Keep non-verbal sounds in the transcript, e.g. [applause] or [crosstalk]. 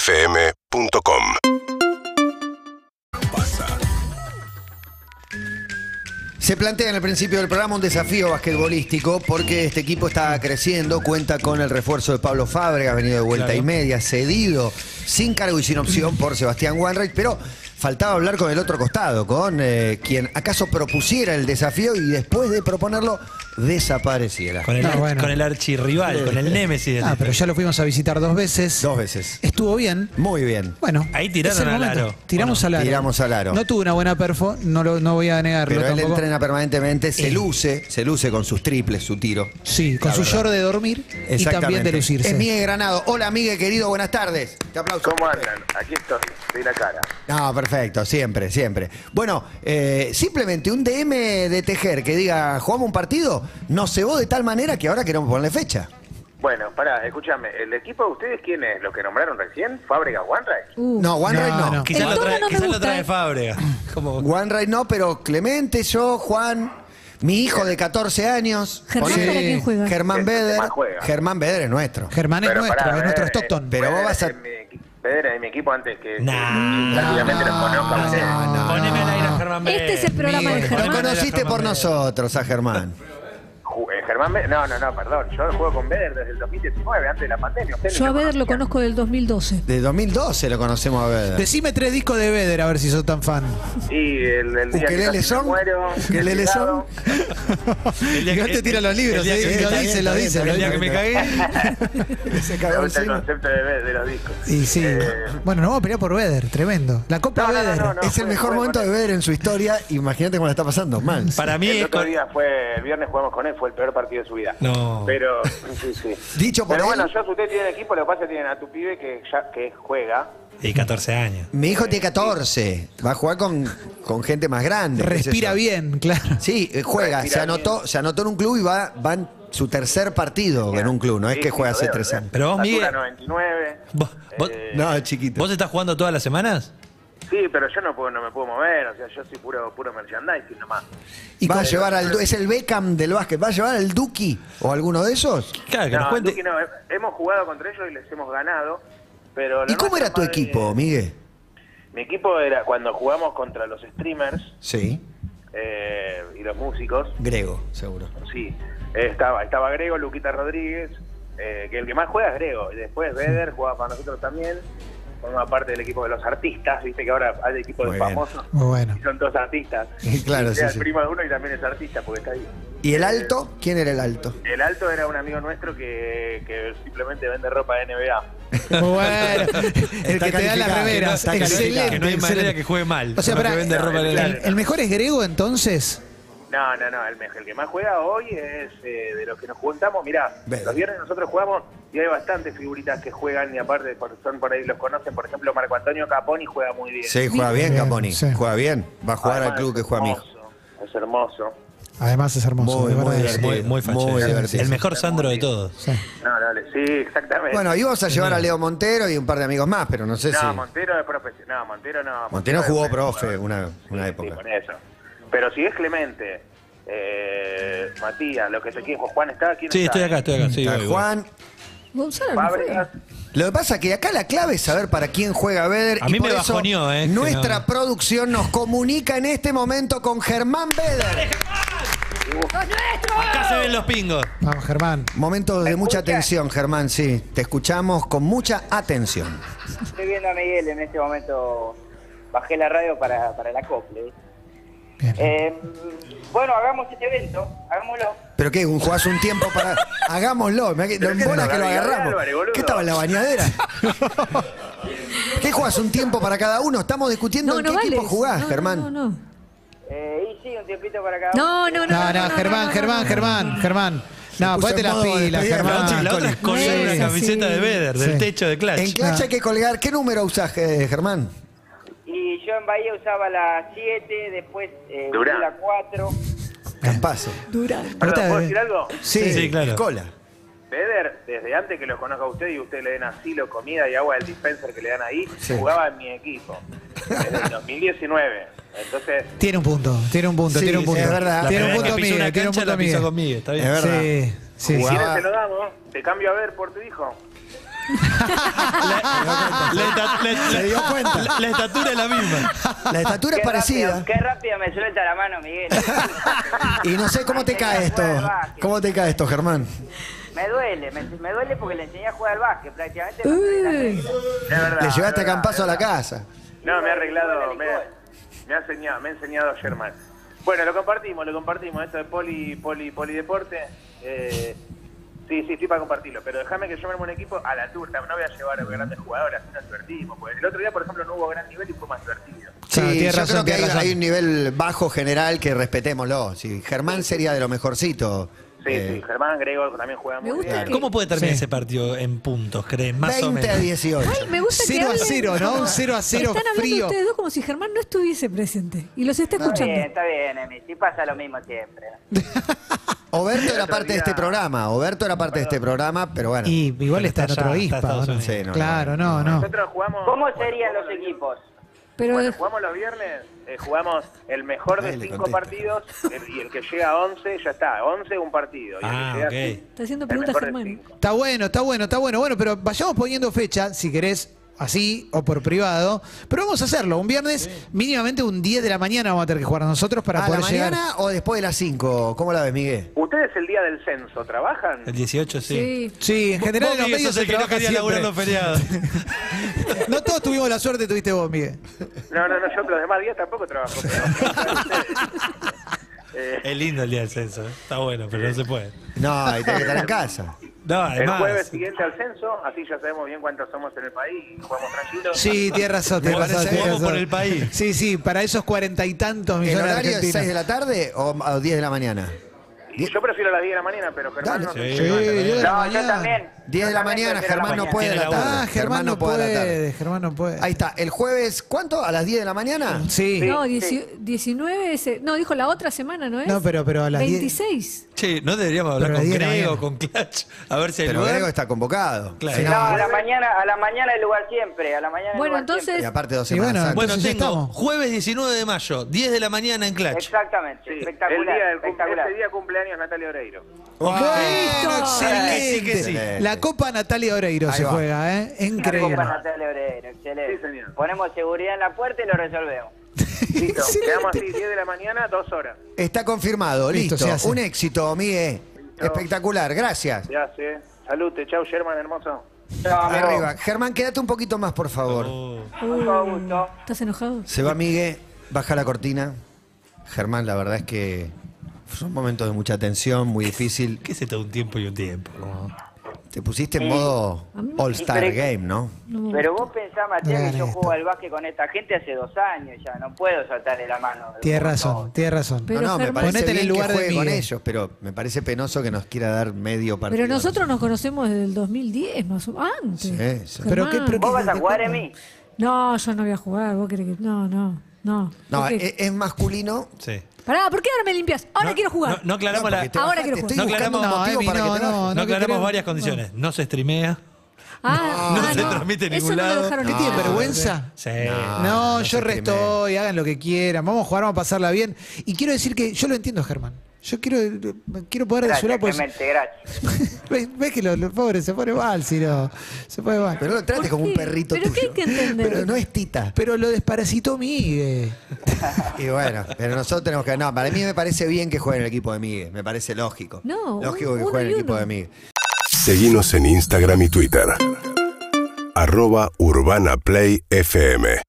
UrbanaPlayFM.com Se plantea en el principio del programa un desafío basquetbolístico porque este equipo está creciendo, cuenta con el refuerzo de Pablo Fábregas, venido de vuelta y media, cedido, sin cargo y sin opción por Sebastián Wanreich, pero faltaba hablar con el otro costado, con eh, quien acaso propusiera el desafío y después de proponerlo desapareciera. Con el, No, arch- bueno. con el archirrival, con el némesis. del Ah, pero deporte. ya lo fuimos a visitar dos veces. Dos veces. Estuvo bien. Muy bien. Bueno. Ahí tiraron es el al momento. aro, ¿o Tiramos no? al aro. Tiramos al aro. No tuvo una buena perfo, no, lo, no voy a negarlo Pero él tampoco. entrena permanentemente, se Eh. luce, se luce con sus triples, su tiro. Sí, con La su verdad. short de dormir y también de lucirse. Es Miguel Granado. Hola, Miguel, querido, buenas tardes. Te aplauso. ¿Cómo andan? Aquí estoy, de la cara. No, perfecto, siempre, siempre. Bueno, eh, simplemente un DM de Tejer que diga, jugamos un partido, nos cebó de tal manera que ahora queremos ponerle fecha. Bueno, pará, escúchame, ¿el equipo de ustedes quién es? ¿Los que nombraron recién? ¿Fábrica OneRide? Uh. No, One No, Ray no. no. Quizás El lo tono trae, no me quizás lo gusta, trae eh. Fábrega. Como One Ray no, pero Clemente, yo, Juan, mi hijo de 14 años. Germán, ponele, ¿para quién juega? Germán Sí, Beder. Germán Este juega. Germán Beder es nuestro. Germán es Pero nuestro, pará, es nuestro eh, Stockton. Pero vos Federer vas a- es mi equi- Federer es mi equipo antes que... que Nah. prácticamente los conozco a ustedes. no, no. Poneme al aire a Germán Este Bell. es el programa de Miguel, Germán. Lo poneme al aire a conociste Germán por Bell. nosotros a Germán. Ju- eh, Germán Be- No, no, no, perdón. Yo juego con Beder desde el 2019, antes de la pandemia. Ustedes Yo ni a Beder lo conocían. conozco del 2012. De 2012 lo conocemos a Beder. Decime tres discos de Beder a ver si sos tan fan. Y el, el día que Ukelele casi me son. muero... Ukelele son. cuidado. El día Igual que- te tira los libros, el día que- eh, y lo está dice, bien, lo está dice, bien, lo El día que me dice. cagué. Se Me cagó gusta el encima. concepto de, Beder, de los discos. Y sí. Eh, Bueno, nos vamos a pelear por Beder, tremendo. La Copa No, no, no, Beder. no, no. Es el mejor momento de Beder en su historia. Imagínate cómo la está pasando. Mal. Para mí El es otro con- día fue, el viernes jugamos con él, fue el peor partido de su vida. No. Pero, sí, sí. Dicho por Pero bueno, él, yo, si ustedes tienen equipo, lo que pasa es que tienen a tu pibe que ya que juega. Y 14 años. mi hijo tiene 14. Va a jugar con, con gente más grande. qué sé Respira yo. bien, claro. [laughs] Sí, eh, juega. Respira Se anotó, se anotó en un club y va, va en su tercer partido en un club. No es Sí, que sí, juega lo hace veo, tres lo veo. años. Pero vos, Altura Miguel, 99. vos- vos- Eh, No, es chiquito. ¿vos estás jugando todas las semanas? Sí, pero yo no, puedo, no me puedo mover, o sea, yo soy puro, puro merchandising nomás. Y va a con- llevar al, Du- es el Beckham del básquet. ¿Va a llevar al Duki o alguno de esos? Claro, que nos No, cuente. Duki no, eh, hemos jugado contra ellos y les hemos ganado. Pero lo ¿Y cómo nuestro era tu más de- equipo, Miguel? Mi equipo era cuando jugamos contra los streamers Sí. eh, y los músicos. Grego, seguro. Sí, eh, estaba, estaba Grego, Luquita Rodríguez, eh, que el que más juega es Grego, y después Beder jugaba para nosotros también, forma parte del equipo de los artistas, viste que ahora hay equipo Muy de bien. famosos, Muy bueno. y son todos artistas. Y [laughs] claro, Y sí, era sí. el primo de uno y también es artista, porque está ahí. ¿Y el alto? ¿Quién era el alto? El alto era un amigo nuestro que, que simplemente vende ropa de NBA. Muy bueno. El Está que te da las calificado, remeras. está calificado. Excelente, Que no hay manera excelente. que juegue mal. O sea, Con lo pará, que vende no, ropa en el- claro. el, el mejor es Grego entonces. No, no, no, el, me- el que más juega hoy es eh, de los que nos juntamos. Mirá, Beder. los viernes nosotros jugamos y hay bastantes figuritas que juegan y aparte por- son por ahí, los conocen. Por ejemplo, Marco Antonio Caponi juega muy bien. Sí, juega bien, Bien, Caponi. sí. Juega bien. Va a jugar Además, oh, al club que es juega mi hijo. hermoso, Es hermoso. Además es hermoso. Muy, de verdad muy es. divertido. Muy, muy fachero. Muy divertido. El mejor Sandro de todos. Sí. No, no, le- sí, exactamente. Bueno, íbamos a llevar a Leo Montero y un par de amigos más, pero no sé no, si. Montero es profesional. No, Montero no. Montero es jugó buen profe jugador. una, una Sí, época. sí, con eso. Pero si es Clemente, eh, Matías, lo que se quiere, Juan está aquí. Sí, estoy acá, estoy acá. Sí, Está voy, voy. Juan. Gonzalo no Fábregas. juega. Lo que pasa es que acá la clave es saber para quién juega Beder. A y mí por me eso bajoneó, eh, que Nuestra no- producción nos comunica en este momento con Germán Beder. Acá se ven los pingos. Vamos, Germán. Momento de ¿Me mucha escuchas? atención, Germán, sí. Te escuchamos con mucha atención. Estoy viendo a Miguel en este momento. Bajé la radio para, para el acople. Bien. Eh, bueno, hagamos este evento. Hagámoslo. Pero qué, un jugás un tiempo [laughs] para. Hagámoslo. mirá que- Lo qué embola no, que lo Gabriel agarramos. Álvarez, boludo. ¿Qué estaba en la bañadera? [laughs] ¿Qué jugás? Un tiempo para cada uno. Estamos discutiendo No, en no qué vale. equipo eso. jugás, No, Germán. No, no, Eh, y sí, un tiempito para cada uno. no. No, no, No, no, no, Germán, no, Germán, no. Germán, Germán. No, puso ponete en las modo pilas, despedida de La otra, Germán. la otra es colgar Sí, una sí. camiseta de Beder del Sí. techo de En Clash. Clash hay que colgar. ¿Qué número usás, eh, Germán? Y yo en Bahía usaba la 7, después eh, usé Durán. la 4. Campazo. Durán. Perdón, Nota de- ¿puedo decir algo? Eh. Sí, sí, claro. Cola. Beder, desde antes que los conozca a usted y usted le den asilo, comida y agua del dispenser que le dan ahí, Sí. jugaba en mi equipo. Desde el 2019. Entonces, Tiene un punto, tiene un punto, Sí, tiene un sí, punto. es verdad. La Tiene un primera vez que punto pisó Miguel, una tiene un cancha punto la pisó Miguel. conmigo, está Es bien. verdad. Sí, sí, si sí. Jugaba- quieres se lo damos, te cambio a ver por tu hijo. La, la esta- la- Se dio la- cuenta. la- la estatura es la misma. La estatura es Qué parecida. rápido- Qué rápido me suelta la mano, Miguel. [laughs] Y no sé cómo te Me cae esto. enseñó a jugar al básquet. ¿Cómo te cae esto, Germán? Me duele, me, me duele porque le enseñé a jugar al básquet prácticamente. Uy. Es verdad, Le llevaste a es verdad, Campazo a la es verdad. casa. No, me ha arreglado, me, me ha enseñado, me ha enseñado Germán. Bueno, lo compartimos, lo compartimos, esto de poli, poli, polideporte. eh, sí, sí, estoy para compartirlo, pero déjame que yo me arme un equipo a la turta, no voy a llevar grandes jugadores, así nos divertimos. Porque el otro día, por ejemplo, no hubo gran nivel y fue más divertido. Sí, Claro, tiene yo razón, creo que tiene hay, razón. hay un nivel bajo general que respetémoslo. Sí, Germán sería de lo mejorcito. Sí, Eh, sí, Germán, Gregor también juega Me muy gusta bien. que- ¿Cómo puede terminar Sí. ese partido en puntos, crees? Más o 20 a menos. 18. Ay, me gusta que Cero a hablen cero, ¿no? como- Un cero a cero Están hablando frío. ustedes dos como si Germán no estuviese presente. Y los está Está bien, escuchando. está bien, Emi. Sí pasa lo mismo siempre. Oberto era otro parte de día- este programa. Oberto era parte de este programa, pero bueno. Y igual está en Está otro allá, está ISPA. Estados ¿o no? Unidos. Sí, no, claro, no, no. Nosotros jugamos. ¿Cómo serían los jugamos equipos? Pero Bueno, jugamos los viernes, eh, jugamos el mejor de Nadie le cinco contesta. partidos el- y el que llega a 11 ya está, 11 un partido. Y el que Ah, llega ok. así, está haciendo el preguntas mejor de Germán. cinco. Está bueno, está bueno, está bueno. Bueno, pero vayamos poniendo fecha, si querés, así o por privado. Pero vamos a hacerlo. Un viernes, mínimamente un 10 de la mañana vamos a tener que jugar nosotros para ¿A la poder llegar. mañana o después de las 5? ¿Cómo la ves, Miguel? ¿Ustedes el día del censo trabajan? El 18, sí. Sí. Sí, en general Vos, en los Miguel, medios sos se el que no trabaja quería laburar los feriados. siempre. [laughs] No todos tuvimos la suerte, tuviste vos, Miguel. No, no, no, yo los demás días tampoco trabajo. pero- Eh, Es lindo el día del censo. ¿eh? Está bueno, pero no se puede. No, y tenés que estar [laughs] en casa. No, el jueves además. siguiente al censo, así ya sabemos bien cuántos somos en el país y jugamos tranquilos. Sí, tienes razón, tienes Me razón. parece tienes vamos razón. por el país. Sí, sí, para esos cuarenta y tantos ¿El millones de horario es 6 de argentinos. la tarde o o 10 de la mañana? Y yo prefiero las 10 de la mañana, pero Germán Dale. no Sí. sé. Sí, diez de la No, yo mañana. también. 10 de la mañana, Germán no puede a la Tiene laburo. tarde. Ah, Germán no puede, Germán no puede. Ahí está, el jueves, ¿cuánto? ¿A las 10 de la mañana? Sí. No, dieci- 19 ese- No, dijo la otra semana, ¿no es? No, pero- pero a las 10. 26. Che, no deberíamos hablar Pero a con las 10 de la Grego, mañana. con Clutch, a ver si hay Pero lugar. Grego está convocado. Claro. Si no- No, a la mañana, a la mañana el lugar siempre, a la mañana el Bueno, lugar entonces- Y aparte dos Y bueno, semanas antes. Bueno, Entonces ya tengo estamos. jueves 19 de mayo, 10 de la mañana en siempre. Clutch. Exactamente, Sí, el espectacular, día del cum- espectacular. ese día cumpleaños Natalia [laughs] Oreiro. Bueno, Listo. excelente. Que sí, que sí. La Copa Natalia Oreiro Ahí se va. juega, ¿eh? La Increíble. Copa Natalia Obrero, excelente. Sí, señor. Ponemos seguridad en la puerta y lo resolvemos. Listo, Excelente. quedamos así, 10 de la mañana, 2 horas. Está confirmado, Listo, listo. se hace. Un éxito, Miguel. Espectacular, gracias. Ya sé. Salute, chau, Germán, hermoso. No, amigo, Arriba. Germán, quédate un poquito más, por favor. Oh. Con todo gusto. ¿Estás enojado? Se va Miguel, baja la cortina. Germán, la verdad es que fue un momento de mucha tensión, muy difícil. ¿Qué es esto de un tiempo y un tiempo? Te pusiste en modo All-Star Pero- Game, ¿no? No. Pero vos pensás, Mateo, Vean que yo esto. juego al básquet con esta gente hace dos años ya. No puedo saltarle la mano. Tienes No. razón, tienes razón. Pero no, no, me Germán- parece Ponete en el bien lugar que de juegue con Miguel. ellos, pero me parece penoso que nos quiera dar medio partido. Pero nosotros nos conocemos desde el 2010, más o menos. Antes. Sí, sí. Pero Germán. qué- pero qué- ¿Vos vas a jugar, Emi? No, yo no voy a jugar. Vos querés que. No, no, no. No, eh, e-, ¿Por qué? es, es masculino. Sí. Pará, ¿por qué ahora me limpias? Ahora No, quiero jugar. No, no aclaramos, No, la- porque te Ahora bajaste, quiero Estoy jugar. No buscando un aclaramos- motivo no, para Emi, que te no, bajes. no, no que aclaramos creo- varias condiciones. No se streamea. Ah, No ah, se transmite en Eso ningún no lo lado. dejaron ¿Qué que tiene haga. vergüenza? Sí. No. Ah, No, no yo se resto hoy, hagan lo que quieran, vamos a jugar, vamos a pasarla bien. Y quiero decir que yo lo entiendo, Germán. Yo quiero, quiero poder Gracias, desvelar, pues. Clemente, gracias. ¿Ves, ves que los pobres se pone mal, si no. Se pone mal. Pero no lo trates ¿Por como un qué? perrito Pero tuyo. ¿qué hay que entender? Pero no es tita. Pero lo desparasitó Miguel. Y bueno, pero nosotros tenemos que. No, para mí me parece bien que juegue en el equipo de Miguel. Me parece lógico. No, Lógico un- que uno juegue en el y equipo uno. de Miguel. Seguinos en Instagram y Twitter. Arroba Urbana Play FM.